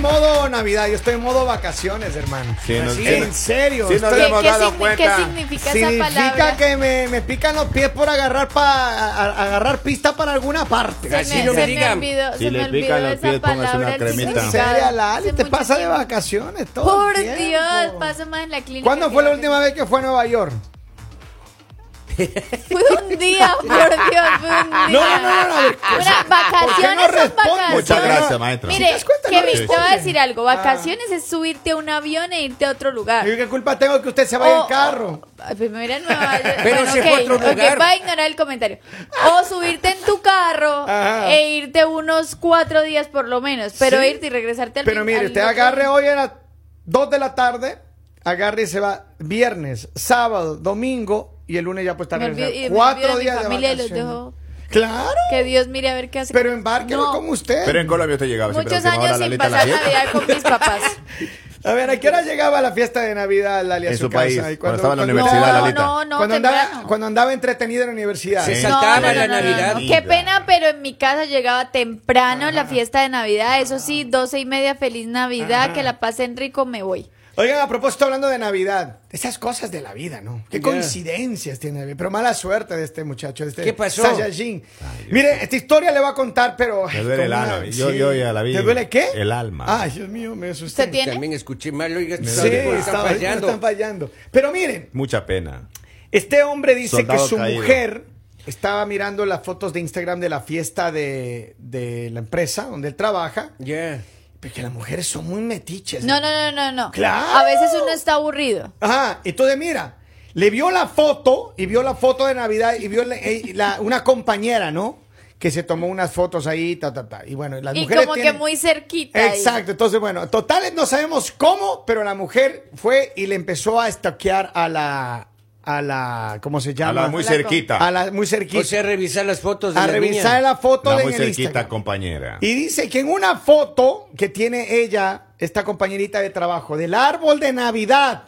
modo Navidad, yo estoy en modo vacaciones, hermano. Sí, no- Así, sí, en no- serio. sí, no estoy- le hemos ¿Qué, dado signi- cuenta. qué significa, Significa esa palabra? que me, me pican los pies por agarrar pa, a- a- agarrar pista para alguna parte. Se me, Así no se me me digan. olvidó, Si se le me olvidó pican los esa pies, póngase palabra. una el cremita. en significado. serio, Lali, Hace te mucho pasa de tiempo. vacaciones todo. Por el tiempo. Dios, paso más en la clínica. ¿Cuándo que fue la vale. última vez que fue a Nueva York? Fue un día, por Dios, fue un día. No, no, no, no, a ver, Una, o sea, ¿por qué vacaciones no son responde? vacaciones. Muchas gracias, maestra. Mire, Si te das cuenta, no Ah. Kevin, te voy a responde. decir algo. Vacaciones es subirte a un avión e irte a otro lugar. ¿Y qué culpa tengo que usted se vaya O- en carro? Ay, pues me hubieran- bueno, Pero si fue ok, otro ok, lugar. va a ignorar el comentario. O subirte en tu carro Ajá. e irte unos cuatro días por lo menos, pero Sí. irte y regresarte al Pero fin- mire, al usted otro agarre día. hoy a las 2 de la tarde, agarre y se va viernes, sábado, domingo y el lunes ya pues está Me olvido- y regresando. me olvido Cuatro de mi días de familia y los vacaciones. dejo. Claro, Que Dios mire a ver qué hace. pero embárquelo No. como usted. Pero en Colombia usted llegaba siempre a Muchos última hora, años sin Lalita, a las pasar diez. Navidad con mis papás. A ver, ¿a qué hora llegaba la fiesta de Navidad, Lali, a En su, su casa? país, ¿Y cuando estaba en la universidad, No, Lalita. no, no, cuando, andaba, temprano. cuando andaba entretenida en la universidad. Sí. Se saltaba la Navidad. Qué pena, pero en mi casa llegaba temprano la fiesta de Navidad. Eso sí, doce y media, feliz Navidad, que la pasen rico, me voy. Oigan, a propósito, hablando de Navidad, esas cosas de la vida, ¿no? Qué Yeah. coincidencias tiene, pero mala suerte de este muchacho, de este ¿Qué pasó? Saiyajin. Mire, esta historia le voy a contar, pero... Me duele el con alma. Yo- yo ya la vi. ¿Te duele qué? El alma. Ay, Dios mío, me asusté. ¿Usted tiene? También escuché mal, oiga, este estos Sí, tipos está- están fallando. están fallando. Pero miren, Mucha pena. Este hombre dice Soldado que su caído. mujer estaba mirando las fotos de Instagram de la fiesta de, de la empresa donde él trabaja, Ya. porque las mujeres son muy metiches. No, no, no, no, no. Claro. A veces uno está aburrido. Ajá, entonces mira, le vio la foto y vio la foto de Navidad y vio la- eh, la- una compañera, ¿no? Que se tomó unas fotos ahí, ta, ta, ta. Y bueno, las Y mujeres como que tienen- muy cerquita. ahí. Exacto, entonces bueno, totales no sabemos cómo, pero la mujer fue y le empezó a estoquear a la, a la, ¿cómo se llama? A la muy Flaco. cerquita. a la muy cerquita. O sea, revisar las fotos de a la revisar niña. la foto La de muy en el cerquita Instagram. compañera. Y dice que en una foto que tiene ella, esta compañerita de trabajo, del árbol de Navidad,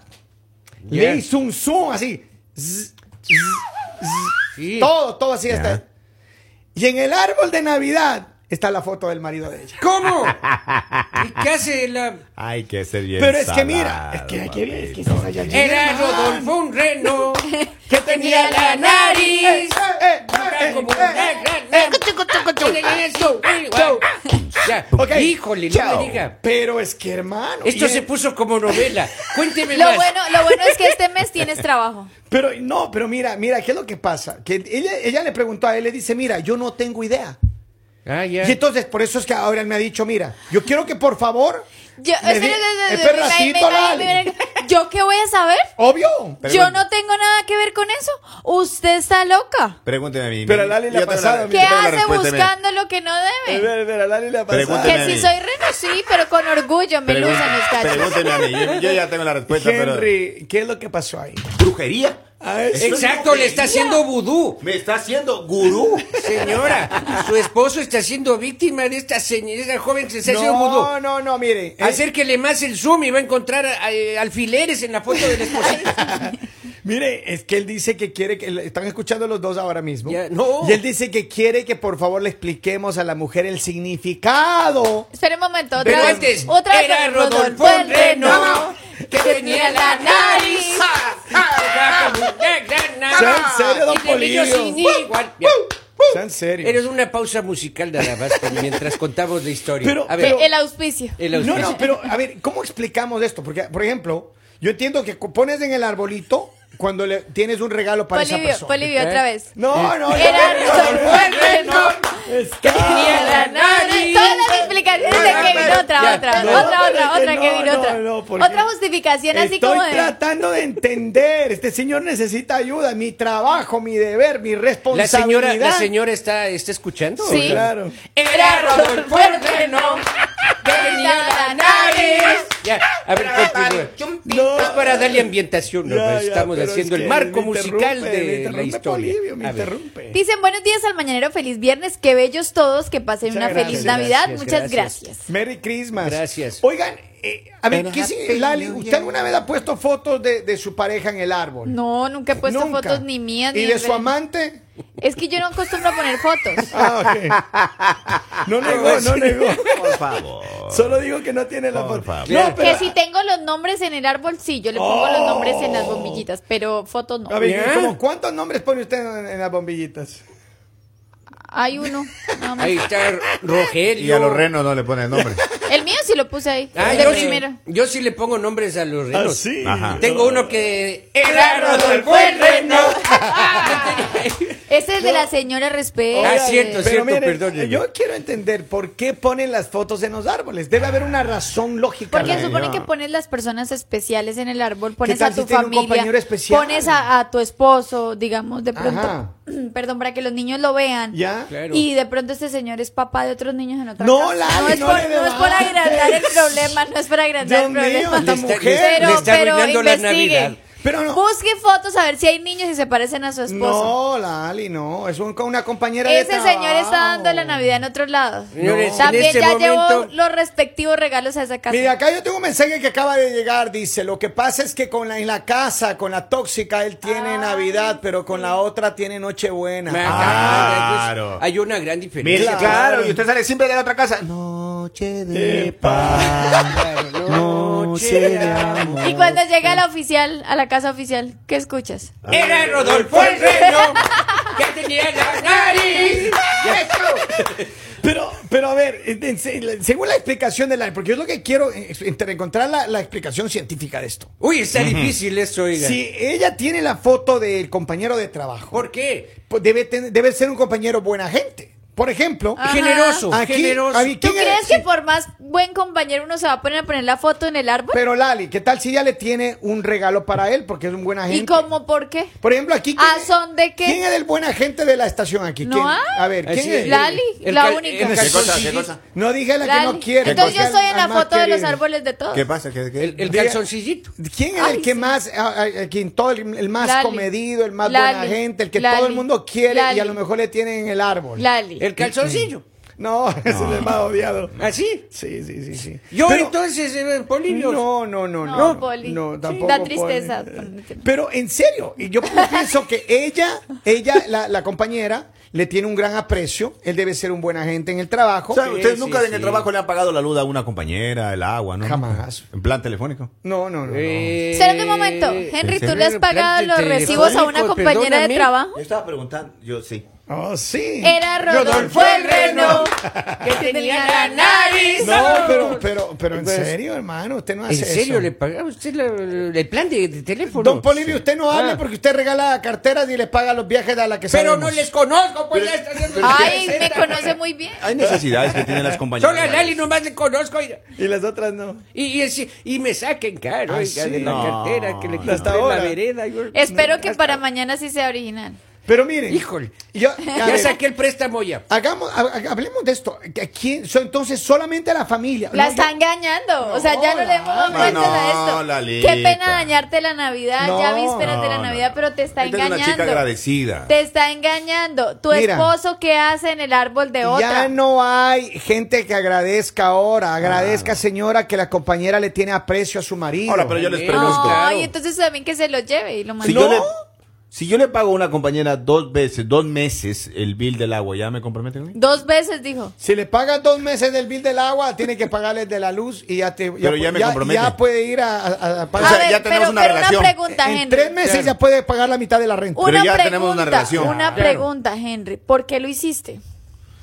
Yeah. le hizo un zoom así. zzz, Sí. Todo, todo así Ya. está. Y en el árbol de Navidad está la foto del marido de ella. ¿Cómo? ¿Y qué hace la...? Hay que ser bien Pero es que salado, mira, es que hay que ver, es que papito. esas allá Era llegan, man. Rodolfo un reno. que tenía la nariz. Eh, eh, eh, Como eh, una eh. gran rana. Tenía eso, eh, guau. Ya. Ok, Híjole, no chao. me diga. Pero es que hermano. Esto y se es- puso como novela. Cuénteme Lo más. bueno, lo bueno es que este mes tienes trabajo. Pero no, pero mira, mira, ¿qué es lo que pasa? Que ella, ella le preguntó a él, le dice, mira, yo no tengo idea. Ah, ya. Y entonces, por eso es que ahora él me ha dicho, mira, yo quiero que por favor... Yo, me di- espera, espera, Eh, espera, perracito, espera, Lali. espera, espera. ¿Yo qué voy a saber? Obvio. Yo no tengo nada que ver con eso. Usted está loca. Pregúnteme a mí. Pero a Lali le Yo ha tengo la- pasado, yo ¿Qué mira, tengo la hace respuesta, mira. buscando lo que no debe? Pregúnteme Que a si mí. soy reno, sí, pero con orgullo me Pregun- lucen los cachos. Pregúnteme a mí. Yo, yo ya tengo la respuesta, Henry, ¿qué es lo que pasó ahí? pero. ¿Brujería? Eso es Exacto, le brujería. está haciendo vudú. Me está haciendo gurú. Señora, su esposo está siendo víctima de esta señora, esa joven que se ha sido vudú. No, no, no, mire. Ah, eh, Acérquele más el zoom y va a encontrar eh, alfileres en la foto del esposo. Mire, es que él dice que quiere que están escuchando los dos ahora mismo. Ya, no. Y él dice que quiere que por favor le expliquemos a la mujer el significado. Espera un momento, otra Pero vez. antes, otra vez era con Rodolfo el Reno, que tenía la nariz. Era como una gran nariz. Sea en serio, don Y de niño Polillo. sin igual. Bien. Sea en serio. Uh, Eres una pausa musical nada más pero mientras contamos la historia. Pero- a ver, pero- El auspicio. el auspicio. No, no, pero a ver, ¿cómo explicamos esto? Porque, por ejemplo, yo entiendo que cu- pones en el arbolito cuando le tienes un regalo para esa Polivio, persona. Polivio, ¿Eh? otra vez. No, no, no. Era no, no, no, Rodolfo el no, Reno. Tenía la nariz. Todas las explicaciones de No, no, Kevin. pero- Otra, ya, otra, no, otra, pero es otra, que otra, no, Kevin, no, otra. no, porque Otra justificación así Estoy como de. tratando de entender. Este señor necesita ayuda. Mi trabajo, mi deber, mi la responsabilidad. señora, la señora está, está escuchando. Sí. Claro. Era Rodolfo el Reno, tenía la nariz. Ya, a ver, continúa. No. Es para darle ambientación, ¿no? Ya, ya, Estamos pero haciendo es el que marco me musical interrumpe, me de la interrumpe historia. Polibio, me A ver. interrumpe. Dicen buenos días al mañanero, feliz viernes, que bellos todos, que pasen Muchas una gracias, feliz Navidad, gracias, muchas gracias. gracias. Merry Christmas. Gracias. Oigan, eh, a ver, Pero ¿qué happy significa, Lali? New ¿Usted Year. alguna vez ha puesto fotos de, de su pareja en el árbol? No, nunca he puesto Nunca. fotos ni mías ¿Y ni de su re- amante? Es que yo no acostumbro a poner fotos. Ah, ok. No negó, no negó. Por favor. Solo digo que no tiene la Por foto. favor. No, Que pero- si tengo los nombres en el árbol, sí, yo le pongo los nombres en las bombillitas, pero fotos no. Oh. A ver, Bien. ¿cómo ¿cuántos nombres pone usted en, en las bombillitas? Hay uno. nada más. Ahí está Rogelio. Y a los renos no le pone nombre. El mío sí lo puse ahí. Ah, de yo, sí, primero. yo sí le pongo nombres a Ah, los Ah, renos. Ajá. Tengo uno que. Era Rodolfo el reno. Ese es de la señora Respeto. Ah, Oiga, cierto, pero cierto, mire, perdón, Jenny. Yo quiero entender por qué ponen las fotos en los árboles. Debe haber una razón lógica. Porque ¿no? Caray, supone no. que pones las personas especiales en el árbol, pones tal a si tu tiene un familia, compañero especial? pones a, a tu esposo, digamos, de pronto, Ajá. perdón, para que los niños lo vean. ¿Ya? Claro. Y de pronto este señor es papá de otros niños en otra No, casa. Lali, no es no por, le no es por levantes. agrandar el problema, no es por agrandar Dios el mío, esta problema. Le está- mujer. le pero, está pero arruinando la Navidad. investiguen. Pero no. Busque fotos a ver si hay niños y se parecen a su No, esposo. Lali, no. Es un- una compañera de Ese señor está dando la Navidad en otro lado. Señores, en También este ya llevó momento- los respectivos regalos a esa casa. Mira, acá yo tengo un mensaje que acaba de llegar. Dice: Lo que pasa es que con la, en la casa, con la tóxica, él tiene Ay, Navidad, pero con la otra tiene Nochebuena. Ah, Me acaba de- Claro. Hay una gran diferencia. Mira, claro, y usted sale siempre de la otra casa. Noche de paz. Claro, Noche de amor. Y cuando llega a la oficial, a la casa oficial, ¿qué escuchas? Era Rodolfo el reno que tenía la nariz. Pero, pero a ver, en- en- según la explicación de la. Porque yo lo que quiero es entre- encontrar la, la explicación científica de esto. Uy, está difícil eso, oiga. Si ella tiene la foto del compañero de trabajo, ¿Por qué? pues debe, ten- debe ser un compañero buena gente. Por ejemplo, Ah. Ajá. Generoso, Aquí- generoso. aquí- ¿Tú ¿Quién era? crees Sí. que por más buen compañero uno se va a poner a poner la foto en el árbol? pero Lali, ¿qué tal si ella le tiene un regalo para él? Porque es un buena gente. ¿Y cómo por qué? Por ejemplo, aquí. ¿A ¿quién- son de qué? ¿Quién es el buena gente de la estación aquí? No ¿Quién? hay. A ver, Así ¿quién es. es? La- Lali, El la cal- única. el ¿Qué cosa? calzoncillo- ¿Qué cosa? No dije la Lali. que no quiere. Entonces yo porque estoy al- en la al más foto de los querido. árboles de todos. ¿Qué pasa? ¿Qué, qué? El, el Diga- calzoncillito. ¿Quién es Ay, el que sí. más, a- a- el, que todo el, el más Lali. comedido, el más Lali. buena gente, el que Lali. todo el mundo quiere y a Lali. lo mejor le tienen en el árbol? Lali. El calzoncillo. No, ese es el más odiado. Así. Sí, sí, sí, sí. Yo Pero- entonces, eh, Polibio. No, no, no, no. No, Poli. No, Sí. tampoco. Da tristeza. Poli. Pero en serio, y yo pienso que ella, ella, la, la compañera, le tiene un gran aprecio. Él debe ser un buen agente en el trabajo. O sea, ustedes sí, nunca en sí. el trabajo le han pagado la luz a una compañera, el agua, ¿no? Jamás. En plan telefónico. No, no, no. no. Eh, Espérate un momento. Henry, ¿tú le has Pero pagado los espérate, recibos a una Rodolfo, compañera de perdóname. trabajo? Yo estaba preguntando, yo sí. Oh, sí. Era Rodolfo el Reno que tenía la nariz. No, pero, pero, pero en Pues, serio, hermano, usted no hace ¿En serio eso. le pagaba usted la- el plan de, de teléfono? Don Polivio, usted no hable Ah. porque usted regala carteras y le paga los viajes a la que Pero sabemos. no les conozco, pues ya está haciendo- Ay, me conoce muy bien. Hay necesidades que tienen las compañeras. Solo a Lali nomás le conozco. oiga. Y las otras no. Y, y, es- y me saquen caro, Ah, oiga, sí. de la No. cartera que le Hasta quité ahora. la vereda. yo- Espero que para mañana sí sea original. Pero miren. Híjole. Yo, a Ya ver, saqué el préstamo ya. hagamos, ha- ha- hablemos de esto. ¿A quién? So, entonces, solamente a la familia. La No, está engañando. o sea, ya no le hemos dado no, vueltas a no, esto. Lalita. Qué pena dañarte la Navidad, ya No, vísperas de la no, Navidad, no. pero te está Esta es una chica engañando. agradecida. Te está engañando. Tu Mira. esposo, ¿qué hace en el árbol de yo- otra? ya no hay gente que agradezca ahora. Agradezca, señora, que la compañera le tiene aprecio a su marido. Ah. Ahora, pero yo les No, pregunto. claro. y entonces también que se lo lleve y lo mande. Si, yo le, si yo le pago a una compañera dos veces, dos meses el bill del agua, ¿ya me comprometen a mí? Dos veces dijo. Si le pagas dos meses del bill del agua, tiene que pagarle el de la luz y ya te. Pero ya me compromete. ya puede ir a, a- a O pagar. sea, a ver, ya tenemos pero, una pero relación. una Ah, pregunta, en Henry. tres meses Claro. ya puede pagar la mitad de la renta. Una Pero ya pregunta, tenemos una relación. Claro. Una pregunta, Henry. ¿Por qué lo hiciste?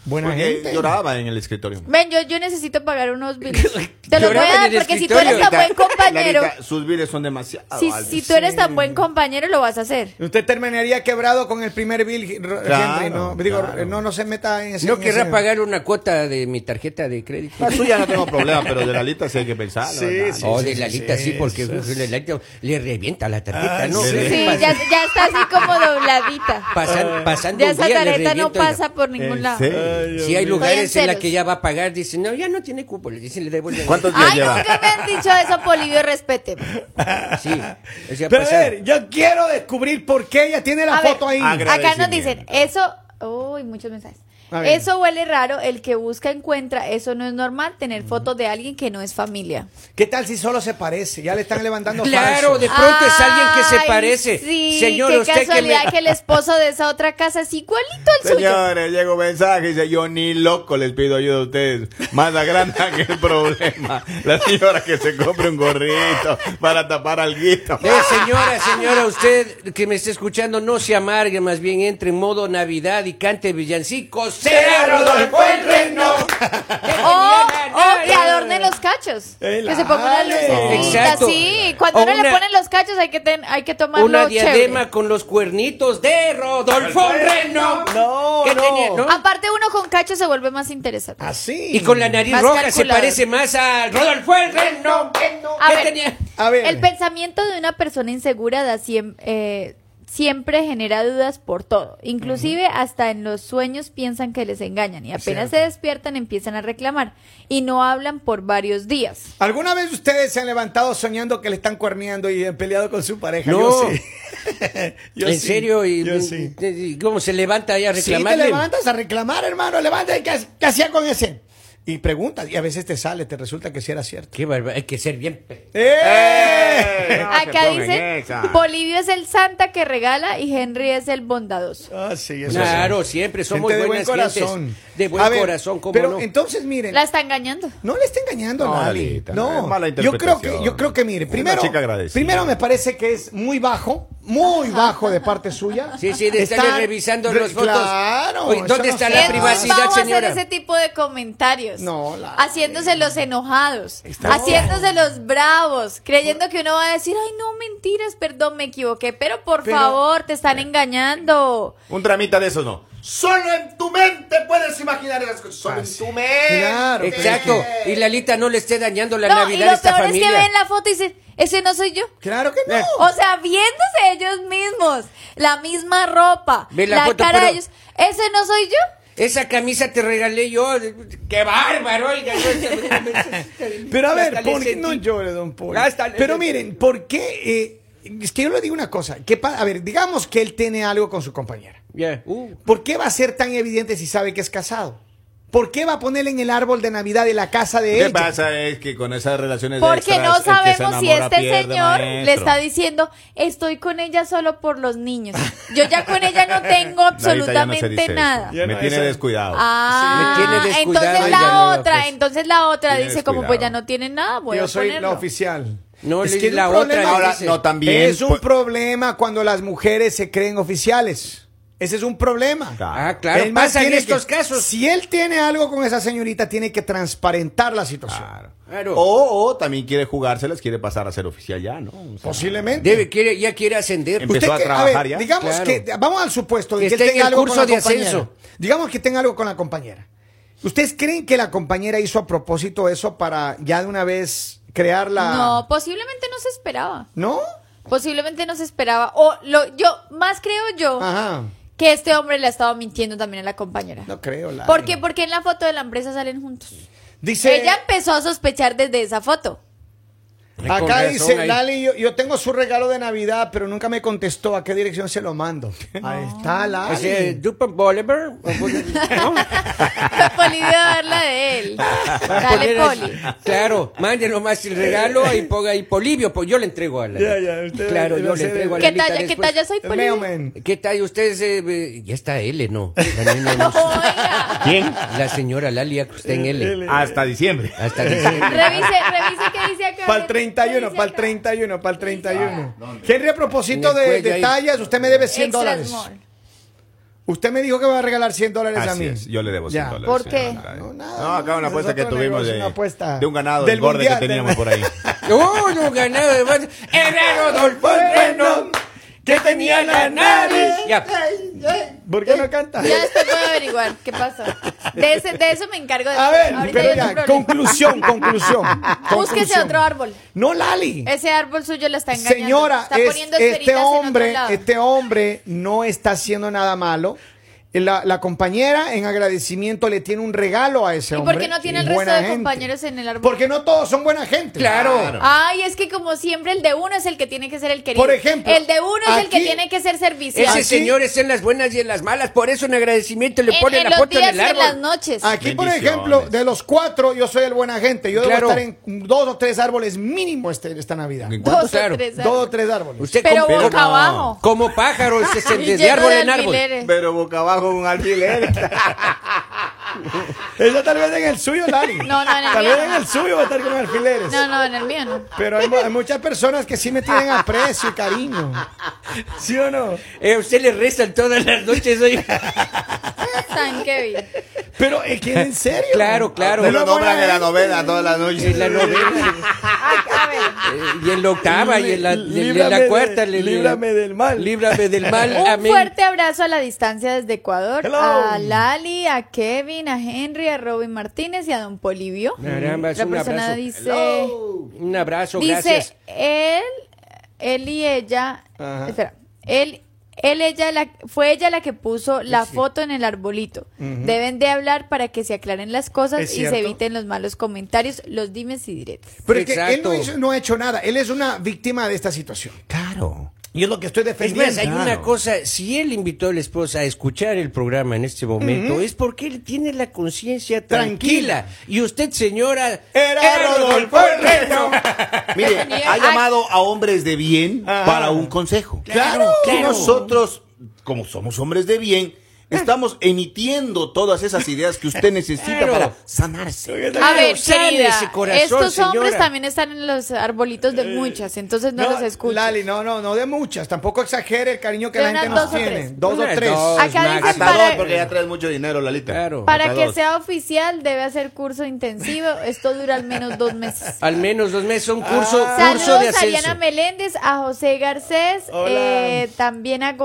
Buena Porque gente. lloraba en el escritorio. Ven, yo, yo necesito pagar unos bills. Te los voy Lloraba a en dar el porque si tú escritorio, eres tan buen Clarita, compañero, Clarita, sus billes son demasiado Ah, si, altos. si tú eres tan buen compañero, lo vas a hacer. Usted terminaría quebrado con el primer bill, Ro- Claro, Henry, ¿no? Digo, claro. no, no se meta en ese. No en querrá ese- pagar una cuota de mi tarjeta de crédito. La suya no tengo problema, pero de la lista sí hay que pensar. Sí, sí, Oh, sí, de la sí, lista sí, sí, porque uf, la lista le revienta la tarjeta, Ah, ¿no? sí. ¿Qué Sí, pasa? ya, ya está así como dobladita. Pasan- pasando Ya un esa día le tarjeta no reviento, oiga. pasa por ningún ¿En lado. serio? Si hay lugares Vayan en los ceros. que ya va a pagar, dicen, no, ya no tiene cupo, le dicen, le devuelven. ¿Cuántos días Ay, lleva? nunca me han dicho eso, Polivio, respete. Ah, Sí. o sea, Pero a pasa- ver, yo quiero descubrir por qué ella tiene la A ver, foto ahí. Agra- Acá nos Agradecimiento. dicen, eso... Uy, muchos mensajes. A ver. Eso huele raro, el que busca encuentra, eso no es normal, tener fotos de alguien que no es familia. ¿Qué tal si solo se parece? Ya le están levantando Claro, falso. de pronto es alguien que Ay, se parece. Sí, Señor, qué usted que casualidad me... que, el esposo de esa otra casa es igualito al suyo. Señores, llega un mensaje y dice, yo ni loco les pido ayuda a ustedes. Más agranda que el problema. La señora que se compre un gorrito para tapar alguito. Eh, señora, señora, usted que me está escuchando, no se amargue, más bien entre en modo Navidad y cante villancicos. ¡Sea Rodolfo el reno! O, o que adornen oh, los cachos. Eh, que se pongan una dale. lucecita. Exacto. Sí, cuando O uno le una- ponen los cachos hay que, ten- hay que tomarlo Una diadema chévere. con los cuernitos de Rodolfo el Reno. No, ¿Qué no. tenía, Aparte uno con cachos se vuelve más interesante. Así. Y con la nariz Más roja se calculador. parece más al Rodolfo el Reno. A Ah, ¿Qué ver. tenía? A ver. El pensamiento de una persona insegura da siem- eh, siempre genera dudas por todo. Inclusive hasta en los sueños piensan que les engañan y apenas se despiertan empiezan a reclamar y no hablan por varios días. ¿Alguna vez ustedes se han levantado soñando que le están cuerneando y han peleado con su pareja? No. Yo sí. Yo ¿En sí. serio? ¿Y, Yo sí. y cómo se levanta ahí a Sí, te reclamarle? levantas a reclamar, hermano. Levanta. ¿Qué, qué hacía con ese? Y preguntas. Y a veces te sale, te resulta que sí era cierto. Qué barba- hay que ser bien... pe- ¡Eh! Acá dice, Polibio es el santa que regala y Henry es el bondadoso. Ah, sí, eso sí. Claro, siempre somos Gente de buen buenas corazón. gentes. De buen A ver, corazón, cómo pero no. entonces, miren. La está engañando. No le está engañando No, a nadie. Lalita, no, es mala yo creo que, interpretación. yo creo que mire, Una primero, chica agradecida. primero me parece que es muy bajo, muy bajo de parte suya. Sí, sí, de estarle Están- revisando re- las fotos. Claro. Oye, eso ¿dónde está La Es muy privacidad, vago señora. hacer ese tipo de comentarios. No, la- haciéndose los enojados. Está- haciéndose los bravos. Creyendo que uno va a decir, ay, no, mentiras, perdón, me equivoqué. Pero por Pero- favor, te están engañando. Un tramita de esos no. Solo en tu mente puedes imaginar esas cosas. Solo en tu mente. Claro. Exacto. Y Lalita no le esté dañando la no, y Navidad lo a esta peor familia. es que ven la foto y dicen, ese no soy yo. Claro que no. Eh. O sea, viéndose ellos mismos, la misma ropa, Ve la la, foto, cara de pero- ellos. ¿Ese no soy yo? Esa camisa te regalé yo. ¡Qué bárbaro! Oiga, "Pues, yo- Pero a ver, Hasta le ¿por qué sentí- no llore, don Paul? Hasta le- Pero miren, ¿por qué? eh, es que yo le digo una cosa. Que pa- a ver, digamos que él tiene algo con su compañera. Ya, uh, ¿Por qué va a ser tan evidente si sabe que es casado? ¿Por qué va a ponerle en el árbol de Navidad de la casa de ¿Qué ella? pasa? Es que con esas relaciones Porque extras, no el que se sabemos si enamora este pierde, señor le maestro. está diciendo, estoy con ella solo por los niños. Yo ya con ella no tengo Lalita, ya no se absolutamente dice eso. nada. Ya Me no, tiene eso- descuidado. Ah, Sí. Me tiene descuidado entonces y ya la no, otra, pues, entonces la otra tiene dice como descuidado. pues ya no tiene nada, voy Yo a soy la ponerlo. oficial. No, le- es la un otra problema- le Ahora, dice- no, también. Es un pues, problema cuando las mujeres se creen oficiales. Ese es un problema. Claro. Ah, claro. Es más, Pasan tiene estos que- casos. Si él tiene algo con esa señorita, tiene que transparentar la situación. claro. Claro. O, o también quiere jugárselas, quiere pasar a ser oficial ya, ¿no? O sea, Posiblemente. Debe, quiere, ya quiere ascender. Empezó a que- trabajar ver, ya. Digamos Claro. que, vamos al supuesto de Que que, esté él en tenga el algo curso con la de compañera. ascenso. Digamos que tenga algo con la compañera. ¿Ustedes creen que la compañera hizo a propósito eso para ya de una vez crear la... No, posiblemente no se esperaba. ¿No? Posiblemente no se esperaba. O lo, yo, más creo yo, Ajá. que este hombre le ha estado mintiendo también a la compañera. No creo. Lali. ¿Por qué? Porque en la foto de la empresa salen juntos. Dice... Ella empezó a sospechar desde esa foto. Con Acá razón, dice, ahí. Lali, yo, yo tengo su regalo de Navidad, pero nunca me contestó a qué dirección se lo mando. Ahí está, Lali. O sea, Dupont Bolívar. Poli vio a verla de él. Dale, Poli. Claro, mande nomás el regalo y ponga ahí Polivio, pues yo le entrego a la. Ya, ya, usted- claro, no yo le sé. entrego a la. ¿Qué talla, qué talla soy, El Poli? mailman. ¿Qué tal? Ustedes. eh, eh, ya está L, ¿no? La nena no sé. Oiga. ¿Quién? La señora Lalia que Eh, está en L. Hasta diciembre. Hasta diciembre. Revise, revise qué dice acá. Para el ¿Qué 31, dice para el acá? 31, para el 31. Henry, a propósito En el de, cuello de ahí. tallas, usted me debe 100 Extra dólares. small. Usted me dijo que va a regalar 100 dólares a Así mí. es, yo le debo 100 Ya. dólares. ¿Por sí, qué? no, No, No, nada, acá una es apuesta que otro tuvimos negocio, de, una apuesta. de un ganado Del del gordo que mundial, del- teníamos por ahí. No, no ganado de más. Era Rodolfo Bueno, que tenía la nariz. Ya. ¿Por qué no canta? Eh, Ya después voy a averiguar qué pasó. De, ese- de eso me encargo de A ver, Ahorita pero yo no ya, problema. conclusión, conclusión. Búsquese conclusión. otro árbol. No, Lali. Ese árbol suyo la está engañando. Señora, está es- poniendo este esferitas en otro hombre, lado. este hombre no está haciendo nada malo. La, la compañera en agradecimiento le tiene un regalo a ese ¿Y hombre. por qué no tiene el buena resto de gente. compañeros en el árbol? Porque no todos son buena gente. Claro. Ay, es que como siempre el de uno es el que tiene que ser el querido. Por ejemplo, el de uno es el que aquí- tiene que ser servicial. Ese Aquí- señor es en las buenas y en las malas, por eso en agradecimiento le en, pone en la los foto en días el y en las árbol. noches. Aquí, por Bendiciones. ejemplo, de los cuatro, yo soy el buena gente. Yo Claro. debo estar en dos o tres árboles mínimo este, esta Navidad. ¿En Dos o Claro. tres Dos o árboles. tres árboles. Usted Pero como, boca abajo. como pájaro, se se- Y de, de lleno árbol de en árbol. alfileres. Pero boca abajo un alfiler. Esa tal vez en el suyo, Lali. No, no, en el Tal mío vez en no. el suyo va a estar con alfileres. No, no, en el mío no. Pero hay, mu- hay muchas personas que sí me tienen aprecio y cariño. ¿Sí o no? Eh, usted le rezan todas las noches hoy. San Kevin. Pero es que en serio. Claro, claro. Me Pero lo nombran buena en la gente. novela toda la noche. En la novena, eh, y en la octava, y en la, y en la Líbrame de- cuarta. le- le- líbrame del mal. Líbrame del mal, Un amén. fuerte abrazo a la distancia desde Ecuador. Hello. A Lali, a Kevin, a Henry, a Robin Martínez y a Don Polivio. Caramba, es la un persona abrazo. dice. Un abrazo, Dice gracias. él, él y ella. Ajá. Espera. Él, él, ella, la, fue ella la que puso la foto en el arbolito. Deben de hablar para que se aclaren las cosas Es y se cierto. eviten los malos comentarios, los dimes y diretes. Pero es que él Exacto. no, hizo- no ha hecho nada. Él es una víctima de esta situación. Claro. Y es lo que estoy Es defendiendo. más, hay una cosa, si él invitó a la esposa a escuchar el programa en este momento, es porque él tiene la conciencia tranquila. Tranquila. Y usted, señora, Era Rodolfo Herrero. Mire, ha Ay. llamado a hombres de bien Ajá. para un consejo. Ah. Claro, Y claro. Eh. Nosotros, como somos hombres de bien, estamos emitiendo todas esas ideas que usted necesita Claro. para sanarse. A Claro, ver, sane querida, ese corazón, estos hombres señora. también están en los arbolitos de muchas, entonces no, los escucho. Lali, no, no, no de muchas. Tampoco exagere el cariño que De la gente unas nos dos o tiene. tres. Dos o Unas tres. dos, Acá máximo. dicen para- traes mucho dinero, Lalita. Claro. Para Hasta que dos. sea oficial debe hacer curso intensivo, esto dura al menos dos meses. Al menos dos meses, un curso, curso de Ah. Saludos a ascenso. Diana Meléndez, a José Garcés, eh, también a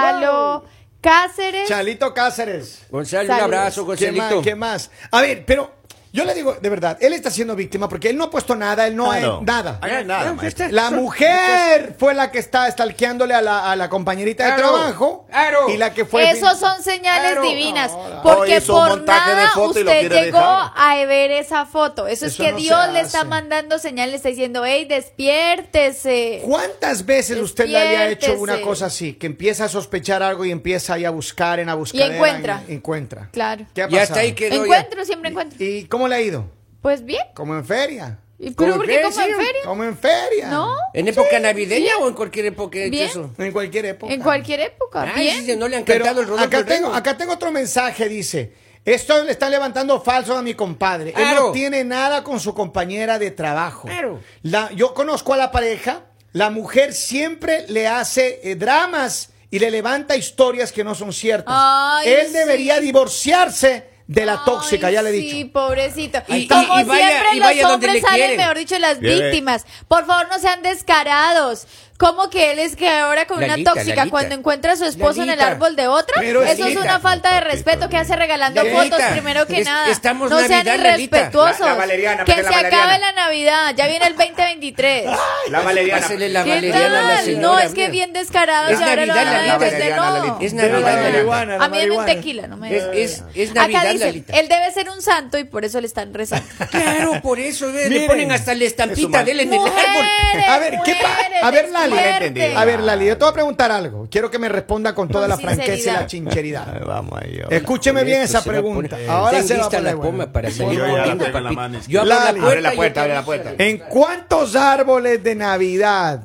Gonzalo Cáceres. Chalito Cáceres. Gonzalo, un Saludos. abrazo, ¿Qué más, Gonzalito. ¿Qué más? A ver, pero yo le digo, de verdad, él está siendo víctima porque él no ha puesto nada, él no Claro. ha nada. Hagan Ah, nada, ya está. maestro. La mujer fue la que está stalkeándole a la, a la compañerita de Claro, trabajo. claro. Y la que fue. Esos son señales Claro. divinas, No, no. O porque hizo un por montaje de nada foto y lo usted quiere llegó dejar. a ver esa foto. Eso, es Eso que no se Dios le está hace. mandando señales, está diciendo, hey, despiértese. ¿Cuántas veces usted le haya hecho una Despiértese. cosa así? Que empieza a sospechar algo y empieza ahí a buscar en a buscar. encuentra. encuentra. Claro. ¿Qué ha Ya está pasado? ahí quedó. ya. Encuentro, siempre encuentro. ¿Y cómo le ha ido? Pues bien. Como en feria. ¿Y ¿Pero ¿Cómo por qué en como en serio? feria? Como en feria. ¿No? ¿En época navideña sí. o en cualquier época? de Bien. eso? En cualquier época. En cualquier época. Ay, bien. sí, sí, no le han Pero cantado el Rodolfo acá Herrero. tengo, acá tengo otro mensaje, dice. Esto le está levantando falso a mi compadre. Él Claro. no tiene nada con su compañera de trabajo. Claro. La- yo conozco a la pareja, la mujer siempre le hace eh, dramas y le levanta historias que no son ciertas. Ay, Él sí. debería divorciarse de la Ay, tóxica, ya le he dicho. Sí, pobrecito. Y- Y, como y- y vaya- siempre, y vaya los donde hombres le salen, quieren. mejor dicho, las Bien. víctimas. Por favor, no sean descarados. ¿Cómo que él es que ahora con una Lalita, tóxica, Lalita. cuando encuentra a su esposo en el Lalita. árbol de otra? Pero eso es Lalita, una falta de respeto que hace regalando Lalita, fotos primero que es- nada. estamos no Navidad, sean Lalita. irrespetuosos. La- la valeriana, que ponle se la valeriana. acabe la Navidad. Ya viene el 2023. La valeriana. Pásele la ¿Qué valeriana a la tal? señora. no, es que mira. bien descarados Es y ahora lo Navidad, van a Lalita, defender. Lalita, No. Lalita. Es Pero la Navidad. Lalita. marihuana, la A mí dame un marihuana. tequila, no me Es, es, es Navidad, Acá dice, Lalita. él debe ser un santo y por eso le están rezando. Claro, por eso ve, le Miren. ponen hasta la estampita Eso, de él en el árbol. Mujeres, A ver, ¿qué pa- mujeres, a ver, Lali. despierten. Ya le entendí. A ver, Lali, yo te voy a preguntar algo. Quiero que me responda con toda Con la franqueza y sinceridad. la Ay, chincheridad. vamos ahí. hola. Escúcheme bien Esto esa se va a poner- pregunta. Ahora Ten se va a lista poner la bueno. poma para Yo salir ya la corriendo, tengo en la papi. mano Yo abro izquierda. la Lali. puerta. Abre la y puerta, yo te abre la aviso. puerta. ¿En cuántos árboles de Navidad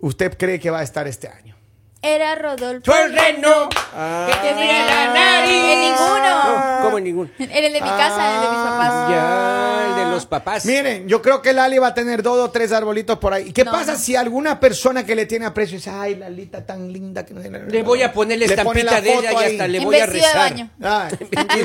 usted cree que va a estar este año? Era Rodolfo. Fue el reno que tenía la nariz. En ninguno. No, como en ninguno. En el de mi casa, en el de Ah, mis papás. Ya, el de los papás. Miren, yo creo que Lali va a tener dos o tres arbolitos por ahí. ¿Y ¿Qué No, pasa no. si alguna persona que le tiene aprecio dice, ay, Lalita tan linda que no Le voy a poner la estampita de ella y hasta le En voy a vestido de rezar. baño. Ay,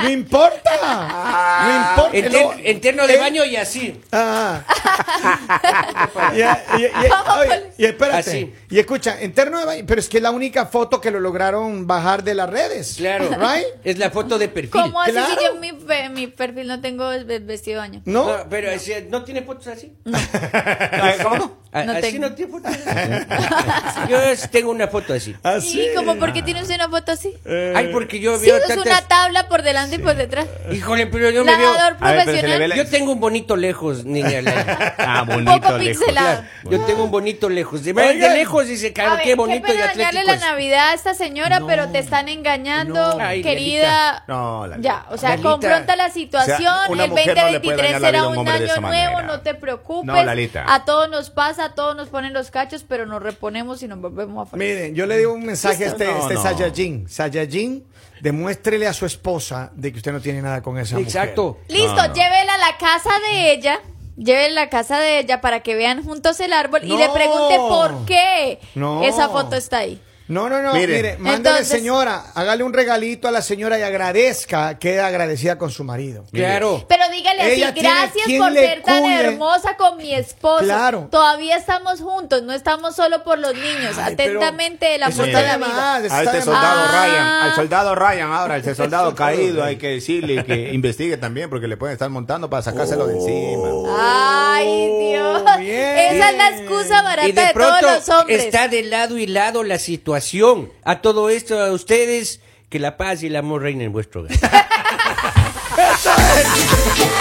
no importa, no importa, no importa. Ah, En, Luego- ter- en terno de Eh, baño y así. Ah. y, y- y- oye, y espérate. Así. Y escucha, en terno de baño, pero es que es la única foto que lo lograron bajar de las redes. Claro. Right? Es la foto de perfil. ¿Cómo así Claro. si yo en mi, pe- mi perfil no tengo el el vestido de baño? ¿No? No, pero es- no tiene fotos así. Ay, ¿Cómo? A- No así tengo. no tiempo. Yo es- tengo una foto así. Ah, Así. ¿Y como por qué tienes una foto así? Ay, porque yo Si veo usas tantas... una tabla por delante y por detrás. Híjole, pero yo me veo... Lavador A ver, pero se le profesional. ve la- Yo tengo un bonito lejos, niña. Laila. Ah, Un bonito. poco lejos. pixelado. Yo tengo un bonito lejos. De, Oigan. de lejos dice, A claro, ver, qué bonito y pena atlético dañarle la es. Navidad a esta señora, No. pero te están engañando, No. Ay, querida. Lalita. No, Lalita. Ya, o sea, Lalita. confronta la situación. O sea, una el mujer no le puede 2023 dañar la vida será a un un, hombre de año esa nuevo, manera. no te preocupes. No, Lalita. A todos nos pasa, a todos nos ponen los cachos, pero nos reponemos y nos volvemos a fallar. Miren, yo le digo un mensaje a este, No, este no. Sayajin. Sayajin, demuéstrele a su esposa de que usted no tiene nada con esa mujer. Exacto. Listo, No, no. llévela a la casa de ella. Llévela a la casa de ella para que vean juntos el árbol y le No. pregunte por qué No. esa foto está ahí. No, no, no. Mire, Mire. mándale, Entonces- señora, hágale un regalito a la señora y agradezca, queda agradecida con su marido. Claro. Pero dígale así, Ella tiene gracias quien por le ser tan cuide". hermosa con mi esposo. Claro. Todavía estamos juntos, no estamos solo por los niños. Ay, pero Atentamente, el eso amor de está la de vida. más. A este Está- soldado Ah. Ryan, al soldado Ryan ahora, al soldado caído, hay que decirle que investigue también porque le pueden estar montando para sacárselo de encima. Ay, Dios. Oh, bien. Esa es la excusa barata Y de, de pronto todos los hombres. está de lado y lado la situación. A todo esto, a ustedes, que la paz y el amor reinen en vuestro hogar. Yeah.